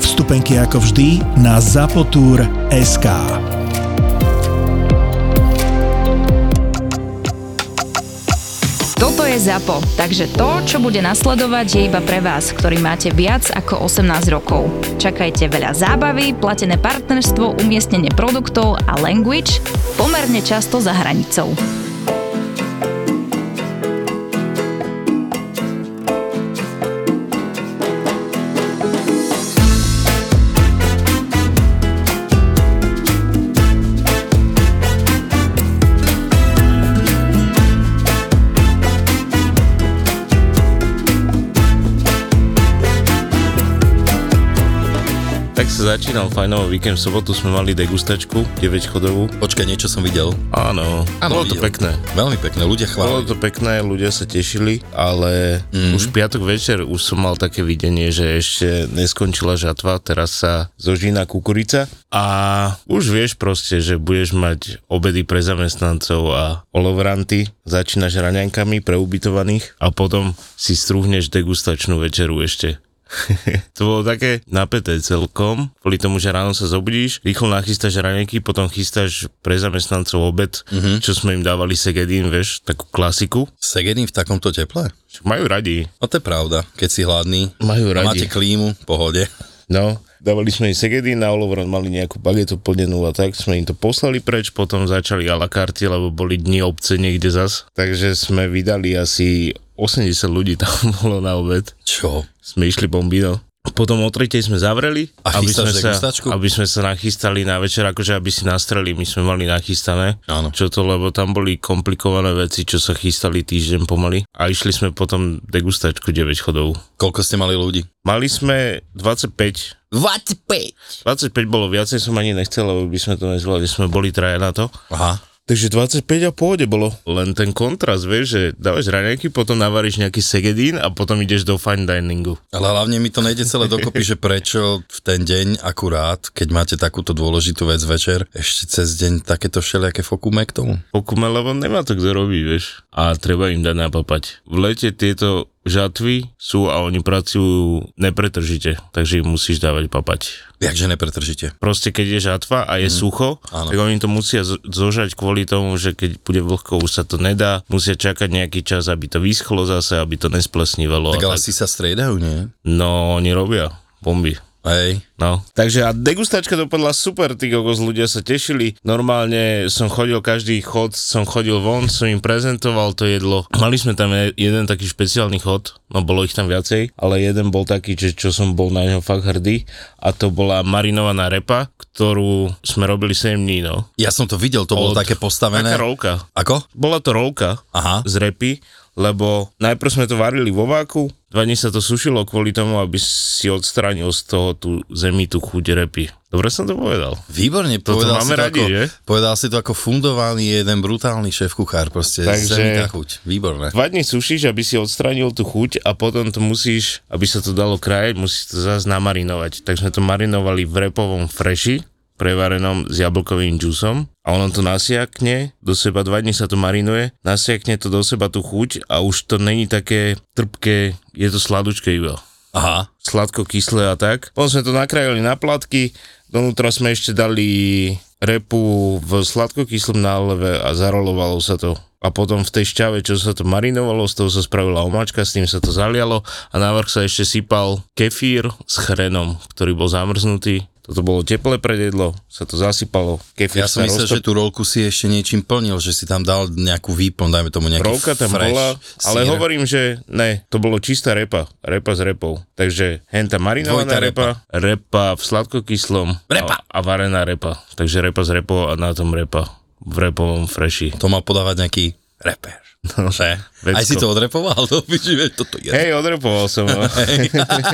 Vstupenky ako vždy na zapotur.sk Toto je ZAPO, takže to, čo bude nasledovať, je iba pre vás, ktorý máte viac ako 18 rokov. Čakajte veľa zábavy, platené partnerstvo, umiestnenie produktov a language pomerne často za hranicou. Tak sa začínal fajnový víkend, v sobotu sme mali degustačku, 9 chodovú. Počkaj, niečo som videl. Áno, Áno, bolo to videl. pekné. Veľmi pekné, ľudia Bolo chválili. to pekné, ľudia sa tešili, ale mm. už piatok večer už som mal také videnie, že ešte neskončila žatva, teraz sa zožína kukurica a už vieš proste, že budeš mať obedy pre zamestnancov a olovranty, začínaš raňankami pre ubytovaných a potom si strúhneš degustačnú večeru ešte. to bolo také napäté celkom, kvôli tomu, že ráno sa zobudíš, rýchlo nachystáš raňajky, potom chystáš pre zamestnancov obed, mm-hmm. čo sme im dávali segedín, vieš, takú klasiku. Segedin v takomto teple? Však Majú radi. No to je pravda, keď si hladný. Majú a radi. Máte klímu, pohode. No, dávali sme im segedín, na Olovran mali nejakú bagetu plnenú a tak sme im to poslali preč, potom začali a la carte, lebo boli dni obce niekde zas. Takže sme vydali asi 80 ľudí tam bolo na obed. Čo? sme išli bombino. Potom o tretej sme zavreli, A aby sme, chystáš sa, degustačku? aby sme sa nachystali na večer, akože aby si nastreli, my sme mali nachystané. Áno. Čo to, lebo tam boli komplikované veci, čo sa chystali týždeň pomaly. A išli sme potom degustačku 9 chodov. Koľko ste mali ľudí? Mali sme 25 25! 25 bolo viacej, som ani nechcel, lebo by sme to nezvládli, sme boli traja na to. Aha. Takže 25 a pôjde bolo. Len ten kontrast, vieš, že dávaš raňajky, potom navaríš nejaký segedín a potom ideš do fine diningu. Ale hlavne mi to nejde celé dokopy, že prečo v ten deň akurát, keď máte takúto dôležitú vec večer, ešte cez deň takéto všelijaké fokume k tomu. Okume, lebo nemá to kto robí, vieš. A treba im dať napapať. V lete tieto žatvy sú a oni pracujú nepretržite, takže im musíš dávať papať. Jakže nepretržite. Proste keď je žatva a je mm. sucho, Mhm. Áno. tak oni to musia zo- zožať kvôli tomu, že keď bude vlhko, už sa to nedá, musia čakať nejaký čas, aby to vyschlo zase, aby to nesplesnívalo. Tak a ale si sa striedajú, nie? No, oni robia bomby. Hej. No. Takže a degustačka dopadla super, tí kokos ľudia sa tešili. Normálne som chodil každý chod, som chodil von, som im prezentoval to jedlo. Mali sme tam je- jeden taký špeciálny chod, no bolo ich tam viacej, ale jeden bol taký, že čo som bol na ňo fakt hrdý a to bola marinovaná repa, ktorú sme robili 7 dní, no. Ja som to videl, to bolo Od- také postavené. Taká rolka. Ako? Bola to rolka Aha. z repy, lebo najprv sme to varili vo váku, dva dní sa to sušilo kvôli tomu, aby si odstránil z toho tú zemi, tú chuť repy. Dobre som to povedal. Výborne, Toto povedal, máme si to radi, ako, že? povedal si to ako fundovaný jeden brutálny šéf kuchár, proste Takže- Takže... zemita chuť, výborné. Dva dní sušíš, aby si odstránil tú chuť a potom to musíš, aby sa to dalo krajať, musíš to zase namarinovať. Tak sme to marinovali v repovom freši, prevarenom s jablkovým džusom a ono to nasiakne do seba, dva dní sa to marinuje, nasiakne to do seba tú chuť a už to není také trpké, je to sladučké iba. Aha, sladko-kyslé a tak. Potom sme to nakrajali na platky, donútra sme ešte dali repu v sladko-kyslom náleve a zarolovalo sa to. A potom v tej šťave, čo sa to marinovalo, z toho sa spravila omáčka, s tým sa to zalialo a návrh sa ešte sypal kefír s chrenom, ktorý bol zamrznutý. Toto bolo teplé predjedlo, sa to zasypalo. Kefír ja sa som myslel, roztopil. že tú rolku si ešte niečím plnil, že si tam dal nejakú výplň, dajme tomu nejaký Rovka tam fresh bola, ale sír. hovorím, že ne, to bolo čistá repa, repa s repou. Takže henta marinovaná Dvojitá repa, repa v sladkokyslom Repa. A, a varená repa. Takže repa s repou a na tom repa v repovom freši. No, To mal podávať nejaký reper. Že? Aj si to odrepoval? To, že toto je Hej, odrepoval som no. ho.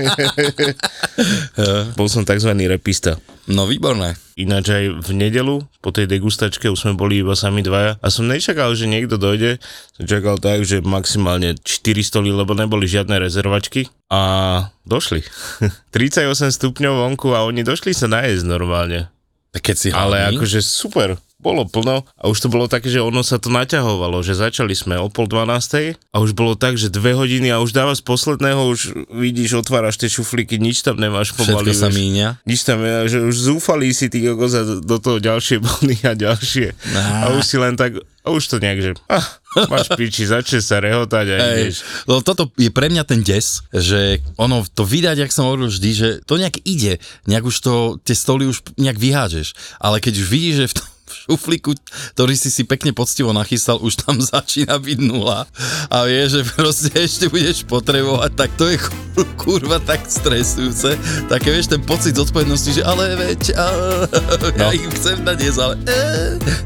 Bol som tzv. repista. No výborné. Ináč aj v nedelu po tej degustačke už sme boli iba sami dvaja a som nečakal, že niekto dojde. Som čakal tak, že maximálne 4 stoly, lebo neboli žiadne rezervačky a došli. 38 stupňov vonku a oni došli sa najesť normálne. Tak Keď si Ale hladný, akože super, bolo plno a už to bolo také, že ono sa to naťahovalo, že začali sme o pol dvanástej a už bolo tak, že dve hodiny a už dáva z posledného, už vidíš, otváraš tie šuflíky, nič tam nemáš všetko pomaly. už- sa míňa. nič tam, je, že už zúfali si tí kokoza do toho ďalšie body a ďalšie. A už si len tak, a už to nejak, že ah, máš piči, začne sa rehotať a ideš. Hej, lebo toto je pre mňa ten des, že ono to vydať, jak som hovoril vždy, že to nejak ide, nejak už to, tie stoly už nejak vyhážeš, ale keď už vidíš, že v tom šuflíku, ktorý si si pekne poctivo nachystal, už tam začína byť nula a vie, že proste ešte budeš potrebovať, tak to je kur- kurva tak stresujúce. Také vieš, ten pocit zodpovednosti, že ale veď, a, No. ja im chcem dať jesť, ale e,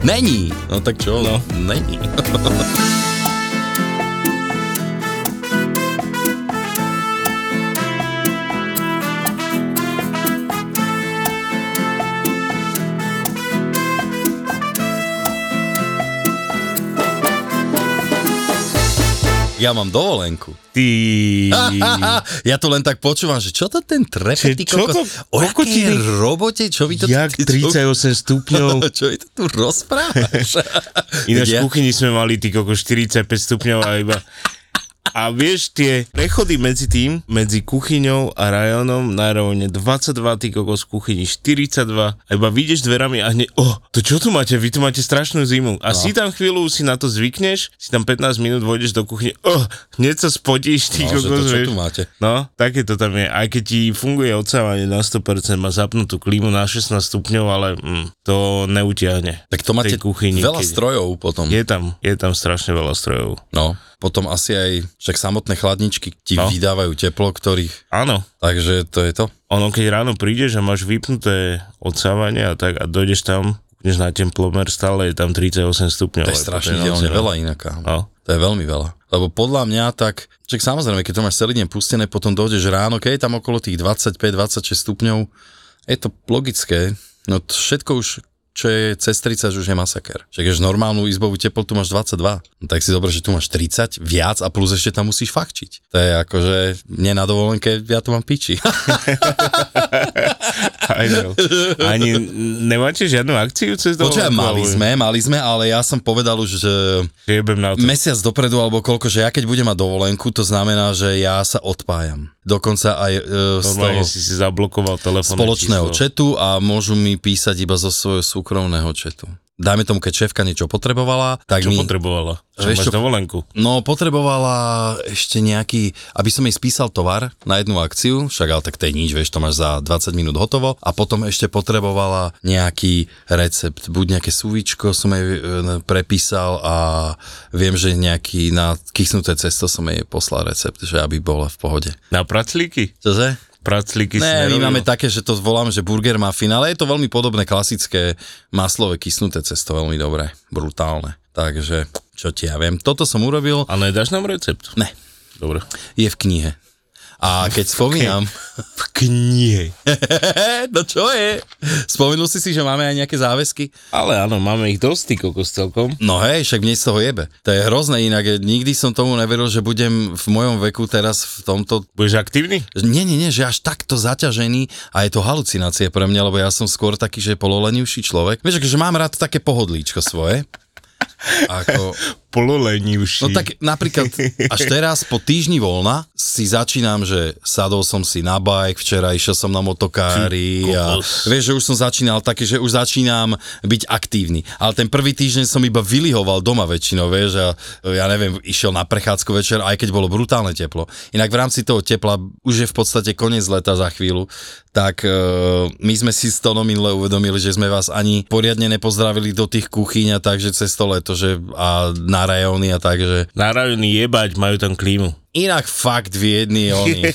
není. No tak čo? No. Není. Ja mám dovolenku. Ty... ja to len tak počúvam, že čo to ten Čiže trepetý čo kokos, to o jakej kokotiny? robote, čo vy to... Jak ty- 38 stupňov. Čo vy to tu rozprávaš? Ináč Ja- v kuchyni sme mali ty koko 45 stupňov a iba... A vieš, tie prechody medzi tým, medzi kuchyňou a rajónom na rovne 22, ty kokos v kuchyni 42, a iba vyjdeš dverami a hneď, oh, to čo tu máte, vy tu máte strašnú zimu. A no. si tam chvíľu, si na to zvykneš, si tam 15 minút vojdeš do kuchyne, oh, hneď sa spodíš, ty No, že to kokos, čo vieš. tu máte? No, také to tam je. Aj keď ti funguje odsávanie na 100%, má zapnutú klímu na 16 stupňov, ale mm, to neutiahne. Tak to máte tej kuchyni, veľa keď- strojov potom. Je tam, je tam strašne veľa strojov. No, potom asi aj však samotné chladničky ti No. vydávajú teplo, ktorých... Áno, Takže to je to. ono keď ráno prídeš a máš vypnuté odsávanie a tak a dojdeš tam, kúkneš na ten plomer, stále je tam 38 stupňov. To je strašne dielne veľa inaká. No. To je veľmi veľa. Lebo podľa mňa tak, čak samozrejme, keď to máš celý deň pustené, potom dojdeš ráno, keď je tam okolo tých 25-26 stupňov, je to logické. No to všetko už, čo je cez 30, už je masaker. Čiže keď normálnu izbovú teplotu máš 22, no tak si dobre, že tu máš 30 viac a plus ešte tam musíš fakčiť. To je akože, mne na dovolenke, ja to mám piči. I know. no. Ani nemáte žiadnu akciu cez dovolenku? Počúvaj, mali alebo- sme, mali sme, ale ja som povedal už, že Že Jebem na to. mesiac dopredu alebo koľko, že ja keď budem mať dovolenku, to znamená, že ja sa odpájam. Dokonca aj e, z toho Normálne si si zablokoval telefón. spoločného četu a môžu mi písať iba zo svojho súkromného četu. Dajme tomu, keď šéfka niečo potrebovala, tak Čo mi... potrebovala? Že Vieš máš čo- dovolenku? No, potrebovala ešte nejaký, aby som jej spísal tovar na jednu akciu, však ale tak to je nič, vieš, to máš za 20 minút hotovo a potom ešte potrebovala nejaký recept, buď nejaké súvičko som jej e, prepísal a viem, že nejaký na kysnuté cesto som jej poslal recept, že aby bola v pohode. Na praclíky? Čože? Praclíky si Ne, my nerobil? máme také, že to volám, že burger má finále, je to veľmi podobné klasické maslové kysnuté cesto, veľmi dobré, brutálne. Takže, čo ti ja viem, toto som urobil. A nedáš nám recept? Ne, Dobre. je v knihe. A keď spomínam... V knihe. no čo je? Spomenul si si, že máme aj nejaké záväzky? Ale áno, máme ich dosť, ty kokos celkom. No hej, však mne z toho jebe. To je hrozné inak. e, Nikdy som tomu neveril, že budem v mojom veku teraz v tomto... Budeš aktívny? Nie, nie, nie, že až takto zaťažený a je to halucinácie pre mňa, lebo ja som skôr taký, že pololenivší človek. Vieš, že mám rád také pohodlíčko svoje. Ako, Pololenivší. No tak napríklad až teraz po týždni voľna si začínam, že sadol som si na bike, včera išiel som na motokári Ty a kokos. vieš, že už som začínal také, že už začínam byť aktívny. Ale ten prvý týždeň som iba vylihoval doma väčšinou, vieš, a ja neviem, išiel na prechádzku večer, aj keď bolo brutálne teplo. Inak v rámci toho tepla už je v podstate koniec leta za chvíľu, tak e, my sme si s Tonom minule uvedomili, že sme vás ani poriadne nepozdravili do tých kuchyň a takže cez to leto, že a na na rajóny a tak, že Na rajon jebať, majú tam klímu. inak fakt v jedni oni.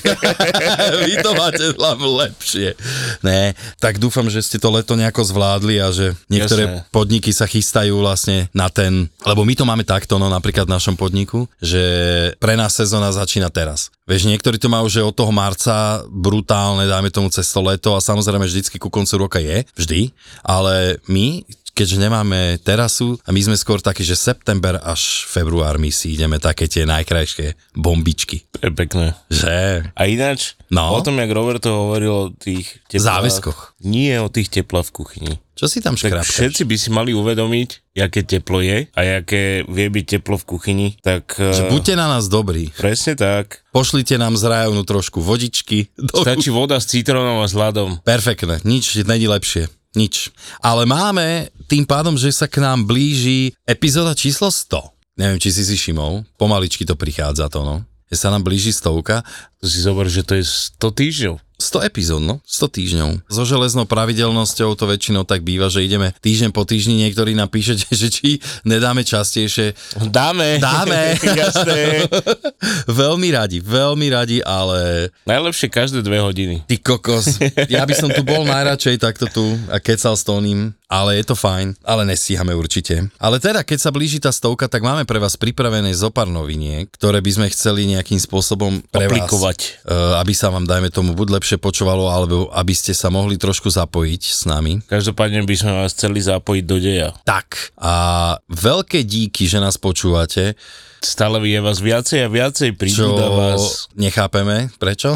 Vy to máte tam lepšie. Ne, tak dúfam, že ste to leto nejako zvládli a že niektoré Jasné. podniky sa chystajú vlastne na ten, lebo my to máme takto, no napríklad v našom podniku, že pre nás sezóna začína teraz. Vieš, niektorí to majú, že od toho marca brutálne, dáme tomu cez to leto a samozrejme vždycky ku koncu roka je, vždy, ale my keďže nemáme terasu a my sme skôr takí, že september až február my si ideme také tie najkrajšie bombičky. To je pekné. Že? A ináč, No. o tom, jak Roberto hovoril o tých teplách, Záväzkoch. nie o tých teplách v kuchyni. Čo si tam Tak škrapkaš? všetci by si mali uvedomiť, aké teplo je a aké vie byť teplo v kuchyni. Tak Že eh, buďte na nás dobrí. presne tak. Pošlite nám z rajonu trošku vodičky. Do... Stačí voda s citrónom a s ľadom. Perfektné. Nič není lepšie. Nič. Ale máme tým pádom, že sa k nám blíži epizóda číslo 100. Neviem, či si si všimol. Pomaličky to prichádza to, no. Že sa nám blíži stovka. To si zober, že to je 100 týždňov. 100 epizód, no, 100 týždňov. So železnou pravidelnosťou to väčšinou tak býva, že ideme týždeň po týždni, niektorí nám píšete, že či nedáme častejšie. Dáme. Dáme. Jasné. veľmi radi, veľmi radi, ale Najlepšie každé dve hodiny. Ty kokos, ja by som tu bol najradšej takto tu a kecal s Tónim, ale je to fajn, ale nestíhame určite. Ale teda, keď sa blíži tá stovka, tak máme pre vás pripravené zo pár noviniek, ktoré by sme chceli nejakým spôsobom pre Aplikovať. vás, e, aby sa vám, dajme tomu, buď lepšie počúvalo, alebo aby ste sa mohli trošku zapojiť s nami. Každopádne by sme vás chceli zapojiť do deja. Tak, a veľké díky, že nás počúvate, Stále je vás viacej a viacej, čo pribúda vás. nechápeme, prečo?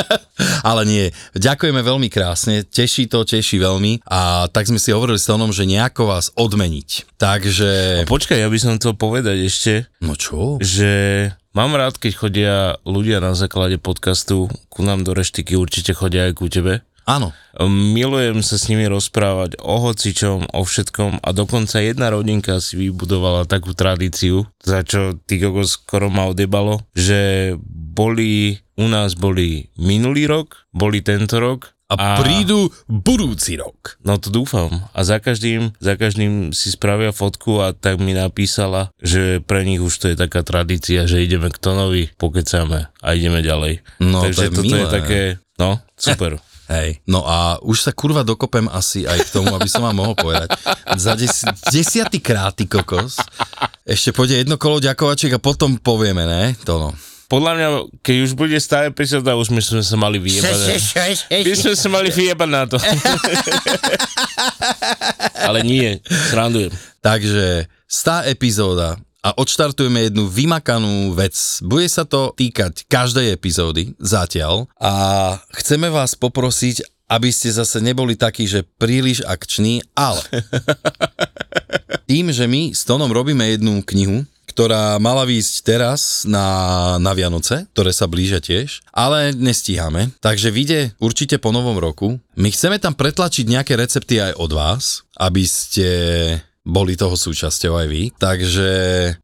Ale nie, ďakujeme veľmi krásne, teší to, teší veľmi a tak sme si hovorili s Tonom, že nejako vás odmeniť. Takže, Počkaj, ja by som chcel povedať ešte, no čo? že mám rád, keď chodia ľudia na základe podcastu ku nám do reštiky, určite chodia aj ku tebe. Áno, Milujem sa s nimi rozprávať o hocičom, o všetkom a dokonca jedna rodinka si vybudovala takú tradíciu, za čo ty kogo skoro ma odebalo, že boli, u nás boli minulý rok, boli tento rok a, a prídu budúci rok. No to dúfam. A za každým, za každým si spravia fotku a tak mi napísala, že pre nich už to je taká tradícia, že ideme k Tonovi, pokecáme a ideme ďalej. No, Takže to je toto je milé. také, no, super. Hej, no a už sa kurva dokopem asi aj k tomu, aby som vám mohol povedať. Za des, desiatý krát, ty kokos. Ešte pôjde jedno kolo ďakovačiek a potom povieme, ne? To no. Podľa mňa, keď už bude stále epizóda, už my sme sa mali vyjebať. na- My sme sa mali vyjebať na to. Ale nie, srandujem. Takže stá epizóda a odštartujeme jednu vymakanú vec. Bude sa to týkať každej epizódy zatiaľ a chceme vás poprosiť, aby ste zase neboli takí, že príliš akční, ale tým, že my s Tonom robíme jednu knihu, ktorá mala výjsť teraz na, na Vianoce, ktoré sa blížia tiež, ale nestíhame. Takže vyjde určite po novom roku. My chceme tam pretlačiť nejaké recepty aj od vás, aby ste boli toho súčasťou aj vy. Takže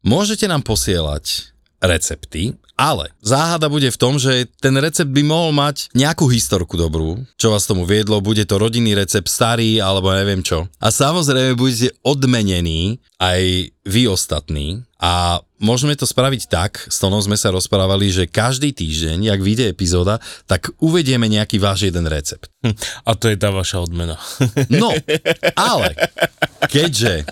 môžete nám posielať recepty, ale záhada bude v tom, že ten recept by mohol mať nejakú historku dobrú, čo vás tomu viedlo, bude to rodinný recept, starý alebo neviem čo. A samozrejme budete odmenení aj vy ostatní a môžeme to spraviť tak, s Tonom sme sa rozprávali, že každý týždeň, jak vyjde epizóda, tak uvedieme nejaký váš jeden recept. A to je tá vaša odmena. No, ale keďže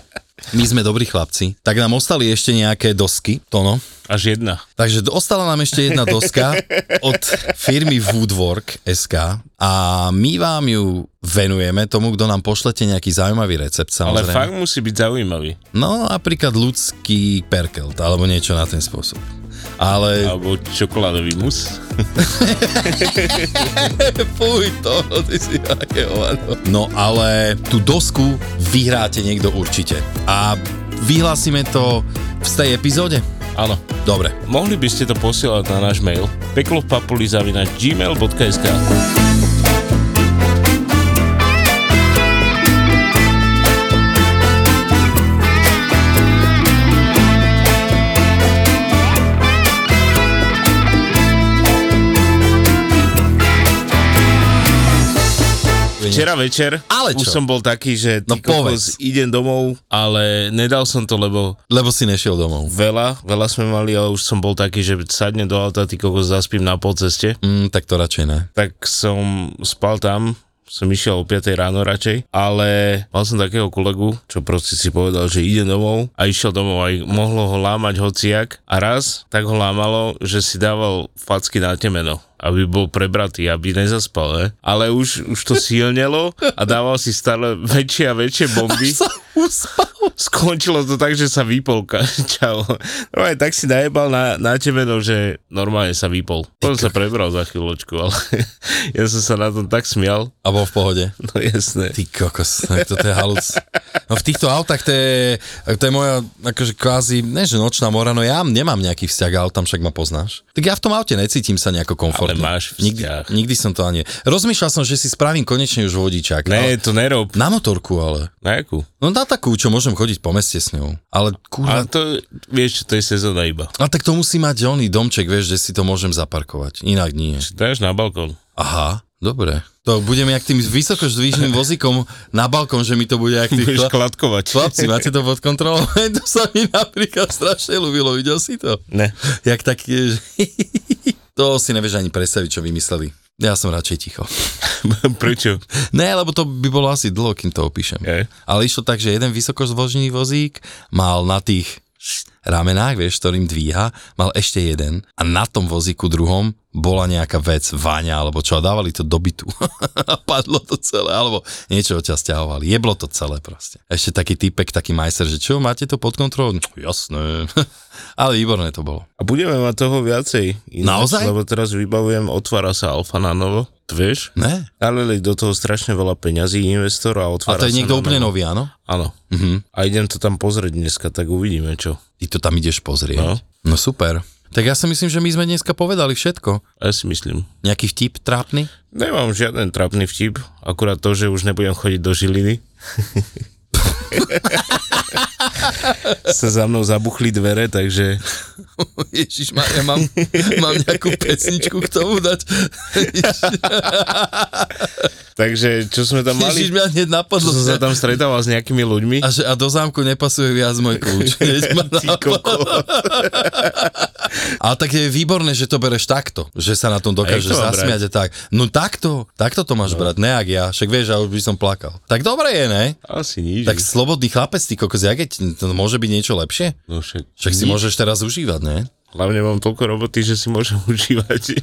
my sme dobrí chlapci, tak nám ostali ešte nejaké dosky, Tono, Až jedna. Takže ostala nám ešte jedna doska od firmy Woodwork SK a my vám ju venujeme tomu, kto nám pošlete nejaký zaujímavý recept Ale samozrejme. fakt musí byť zaujímavý. No napríklad ľudský perkelt alebo niečo na ten spôsob. Ale Alebo čokoládový mus. fuj to, ty si aké hovado. No ale tú dosku vyhráte niekto určite. A vyhlásime to v tej epizóde? Áno. Dobre. Mohli by ste to posielať na náš mail peklovpapulizavinačgmail.sk peniaze. Včera večer Ale čo? už som bol taký, že ty No povedz. kokos, idem domov, ale nedal som to, lebo Lebo si nešiel domov. veľa, veľa sme mali, ale už som bol taký, že sadne do auta, ty kokos, zaspím na polceste. Mm, tak to radšej ne. Tak som spal tam, som išiel o 5 ráno radšej, ale mal som takého kolegu, čo proste si povedal, že ide domov a išiel domov aj mohlo ho lámať hociak a raz tak ho lámalo, že si dával facky na temeno aby bol prebratý, aby nezaspal, ne? Ale už, už to silnelo a dával si stále väčšie a väčšie bomby. Sa uspal. Skončilo to tak, že sa vypolka. Čau. Normálne tak si najebal na, na temeno, že normálne sa vypol. Potom sa prebral za chvíľočku, ale ja som sa na tom tak smial. A bol v pohode. No jasné. Ty kokos, tak toto je haluc. No v týchto autách to je, to je moja, akože kvázi, ne že nočná mora, no ja nemám nejaký vzťah k autám, však ma poznáš. Tak ja v tom aute necítim sa nejako komfortne. máš vzťah. no, Nikdy, nikdy som to ani... Rozmýšľal som, že si spravím konečne už vodičák. Ne, ale, to nerob. na motorku ale. Na jakú? No na takú, čo môžem chodiť po meste s ňou. Ale kurva, Ale to, vieš čo, to je sezóna iba. A tak to musí mať oný domček, vieš, že si to môžem zaparkovať. Inak nie. Dáš na balkón. Aha, dobre. To budem jak tým vysokoždvížným vozíkom na balkón, že mi to bude jak tých... Budeš Chlap... kladkovať. Chlapci, máte to pod kontrolou? to sa mi napríklad strašne ľúbilo, videl si to? Ne. Jak taký, že... to si nevieš ani predstaviť, čo vymysleli. Ja som radšej ticho. Prečo? Ne, lebo to by bolo asi dlho, kým to opíšem. Je. Ale išlo tak, že jeden vysokozvožný vozík mal na tých ramenách, vieš, ktorým dvíha, mal ešte jeden a na tom vozíku druhom bola nejaká vec, váňa alebo čo a dávali to do bytu a padlo to celé, alebo niečo od ťa stiahovali. Jeblo to celé proste. Ešte taký typek, taký majster, že čo, máte to pod kontrolou? No, Jasné. Ale výborné to bolo. A budeme mať toho viacej. Naozaj? Lebo teraz vybavujem, otvára sa Alfa na novo. To vieš? Ne? Nalili do toho strašne veľa peňazí investor a A otvára to je sa niekto na úplne nový, áno? Áno. Uh-huh. A idem to tam pozrieť dneska, tak uvidíme čo. Ty to tam ideš pozrieť. No. no super. Tak ja si myslím, že my sme dneska povedali všetko. Ja si myslím. Nejaký vtip trápny? Nemám žiaden trápny vtip, akurát to, že už nebudem chodiť do Žiliny. sa za mnou zabuchli dvere, takže Ježiš, ja mám, mám nejakú pesničku k tomu dať. takže čo sme tam Ježiš, mali, mňa hneď čo napadlo. som sa tam stretával s nejakými ľuďmi. A, že, a do zámku nepasuje viac môj kľúč. Hneď ma Ty napadlo. koko. Ale tak je výborné, že to bereš takto, že sa na tom dokážeš to mám zasmiať a tak. No takto, takto to máš no. brať, ne jak ja, však vieš, ja už by som plakal. Tak dobre je, ne? Asi nič. Tak slobodný chlapec, ty kokos, jak je, ti- to môže byť niečo lepšie? no však, Však si môžeš teraz užívať, ne? Hlavne mám toľko roboty, že si môžem užívať.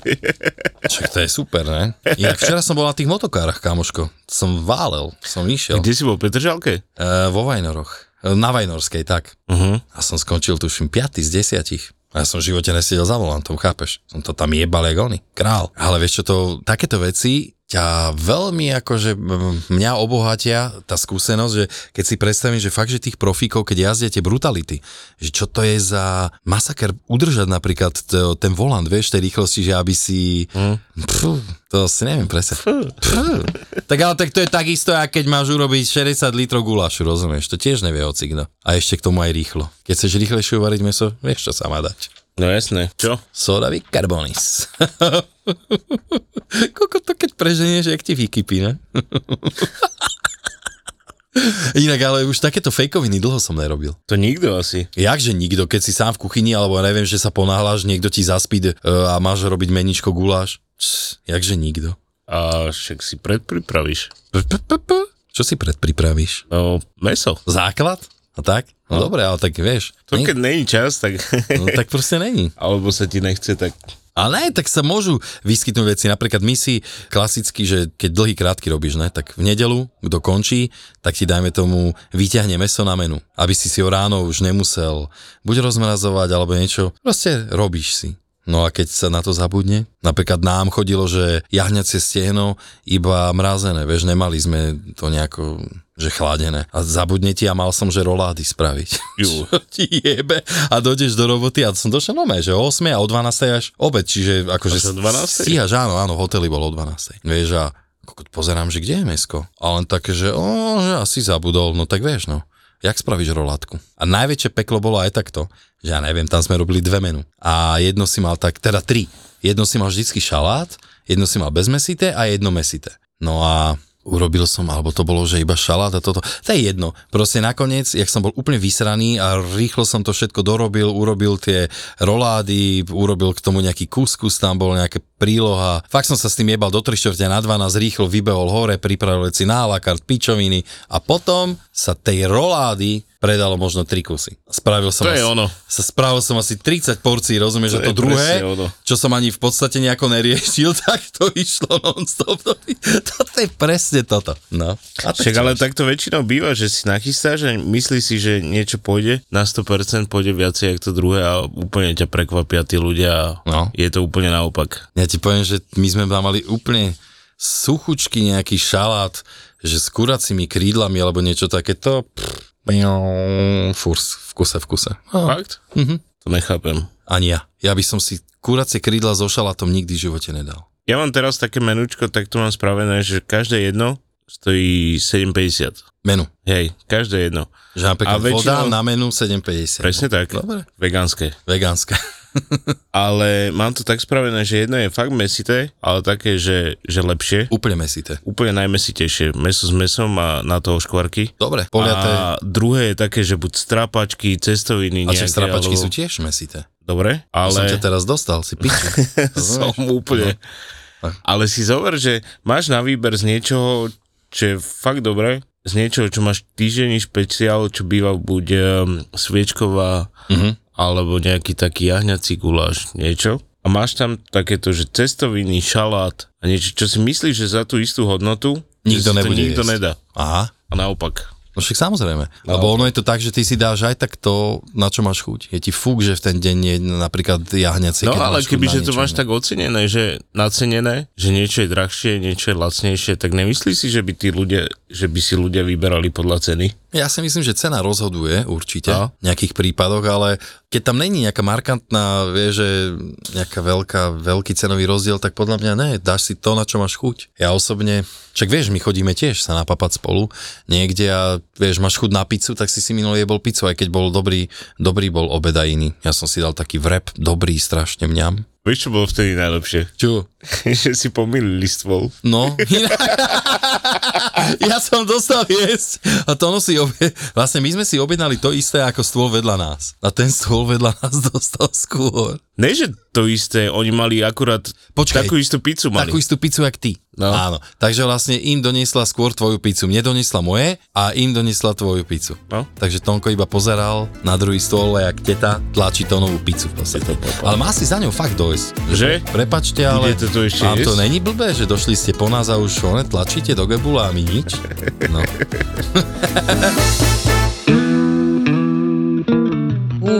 Však to je super, ne? Inak včera som bol na tých motokárach, kamoško. Som válel, som išiel. Kde si bol, v Petržalke? Uh, vo Vajnoroch. E, Na Vajnorskej, tak. Uh-huh. A som skončil, tuším, 5 z 10. A ja som v živote nesedel za volantom, chápeš? Som to tam jebal jak oni. Král. Ale vieš čo, to, takéto veci ťa veľmi akože m- mňa obohatia tá skúsenosť, že keď si predstavím, že fakt, že tých profíkov, keď jazdia tie brutality, že čo to je za masaker udržať napríklad t- ten volant, vieš, tej rýchlosti, že aby si... Mm. Pfú, to si neviem presne. Pfú. Tak ale tak to je takisto, ako keď máš urobiť 60 litrov gulášu, rozumieš? To tiež nevie ocikno. A ešte k tomu aj rýchlo. Keď chceš rýchlejšie uvariť meso, vieš, čo sa má dať. No jasné. Čo? Soda bicarbonis. Koľko to keď preženieš, jak ti vykypí, ne? Inak, ale už takéto fejkoviny dlho som nerobil. To nikto asi. Jakže nikto, keď si sám v kuchyni, alebo ja neviem, že sa ponáhľaš, niekto ti zaspí e, a máš robiť meničko guláš. Č, jakže nikto. A však si predpripravíš. P, p, p, p. Čo si predpripravíš? No, meso. Základ? A tak? No, dobre, ale tak vieš. To nie- keď není čas, tak... no, tak No proste není. Alebo sa ti nechce, tak... Ale ne, tak sa môžu vyskytnúť veci. Napríklad my si klasicky, že keď dlhý krátky robíš, ne, tak v nedelu, kto končí, tak ti dajme tomu, vyťahne meso na menu, aby si si ho ráno už nemusel buď rozmrazovať alebo niečo. Proste robíš si. No a keď sa na to zabudne, napríklad nám chodilo, že jahňacie stehno iba mrazené, vieš, nemali sme to nejako že chladené. A zabudne ti a mal som, že rolády spraviť. Ju. Čo ti jebe a dojdeš do roboty a som došiel nome, že o 8 a o 12 až obed, čiže akože Až o 12? stíhaš, áno, áno, v hoteli bolo o 12. Vieš a kokot, pozerám, že kde je mesko. A len také, že o, že asi zabudol, no tak vieš, no. Jak spravíš rolátku? A najväčšie peklo bolo aj takto, že ja neviem, tam sme robili dve menu. A jedno si mal tak, teda tri. Jedno si mal vždycky šalát, jedno si mal bezmesité a jedno mesité. No a urobil som, alebo to bolo, že iba šalát a toto. To je jedno. Proste nakoniec, jak som bol úplne vysraný a rýchlo som to všetko dorobil, urobil tie rolády, urobil k tomu nejaký kuskus, tam bol nejaké príloha. Fakt som sa s tým jebal do 3 čtvrte na 12, rýchlo vybehol hore, pripravil si nálakart, pičoviny a potom sa tej rolády predalo možno tri kusy. Spravil som To je asi, ono. Sa spravil som asi 30 porcií, rozumieš, že To to je druhé, presne ono. čo som ani v podstate nejako neriešil, tak to išlo non-stop. To, to je presne toto. No. A tak Však čo ale už? takto väčšinou býva, že si nachystáš a myslí si, že niečo pôjde, na 100% pôjde viacej ako to druhé a úplne ťa prekvapia tí ľudia a No. je to úplne naopak. Ja ti poviem, že my sme tam mali úplne suchučky nejaký šalát, že s kuracími krídlami alebo niečo takéto. Pff, mňau, Furs, v kuse, v kuse. Fakt? Mhm. To nechápem. Ani ja. Ja by som si kuracie krídla so šalátom nikdy v živote nedal. Ja mám teraz také menučko, tak to mám spravené, že každé jedno stojí 7,50. Menu. Hej, každé jedno. Že napríklad A väčšinou- voda na menu 7,50. Presne tak. Dobre. Vegánske. Vegánska. Ale mám to tak spravené, že jedno je fakt mesité, ale také, že, že lepšie. Úplne mesité. Úplne najmesitejšie. Meso s mesom a na toho škvarky. Dobre, poliaté. A druhé je také, že buď strápačky, cestoviny A nejaké. však strapačky alebo... sú tiež mesité. Dobre, Ale... Som ale ťa teraz No, dostal, si piči. som úplne. Ale si zover, že máš na výber z niečoho, čo je fakt dobré, z niečoho, čo máš týždenný špeciál, čo býva buď um, sviečková, Mhm. alebo nejaký taký jahňací guláš, niečo. A máš tam takéto, že cestoviny, šalát a niečo, čo si myslíš, že za tú istú hodnotu Nikto že si to nebude nikto jesť. nedá. Aha. A naopak. No však samozrejme. Lebo ono je to tak, že ty si dáš aj tak to, na čo máš chuť. Je ti fúk, že v ten deň je napríklad jahňacie. No keď ale máš chuť keby, na že to niečo máš iné. tak ocenené, že nacenené, že niečo je drahšie, niečo je lacnejšie, tak nemyslíš si, že by, tí ľudia, že by si ľudia vyberali podľa ceny? Ja si myslím, že cena rozhoduje určite No. v nejakých prípadoch, ale keď tam není nejaká markantná, vie, že nejaká veľká, veľký cenový rozdiel, tak podľa mňa ne, dáš si to, na čo máš chuť. Ja osobne, však vieš, my chodíme tiež sa napapať spolu niekde a vieš, máš chuť na pizzu, tak si si minulý jebol pizzu, aj keď bol dobrý, dobrý bol obed aj iný. Ja som si dal taký vrep, dobrý, strašne mňam. Vieš, čo bolo vtedy najlepšie? Čo? že si pomýlili stvol. No, ja som dostal jesť a to ono si obje... Vlastne my sme si objednali to isté ako stôl vedľa nás. A ten stôl vedľa nás dostal skôr. Ne, že to isté, oni mali akurát Počkaj. takú istú pizzu mali. Takú istú pizzu, jak ty. No. Áno. Takže vlastne im doniesla skôr tvoju pizzu. Mne doniesla moje a im doniesla tvoju pizzu. No. Takže Tonko iba pozeral na druhý stôl, jak teta tlačí tónovú pizzu v podstate. Ale má si za ňou fakt dojsť. Že? Prepačte, ale Budete tu ešte vám to jesť? není blbé, že došli ste po nás a už one tlačíte do gebula a my nič? No. Ú,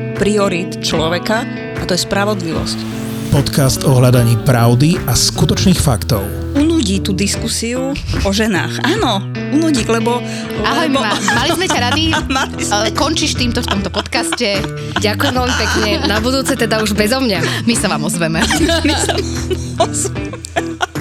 priorit človeka a to je spravodlivosť. Podcast o hľadaní pravdy a skutočných faktov. Unudí tú diskusiu o ženách. Áno, unudí, lebo... Ahoj, lebo... Mima, mali sme ťa rady. Mali sme. Ale Končíš týmto v tomto podcaste. Ďakujem veľmi pekne. Na budúce teda už bezo mňa. My sa vám ozveme. My sa-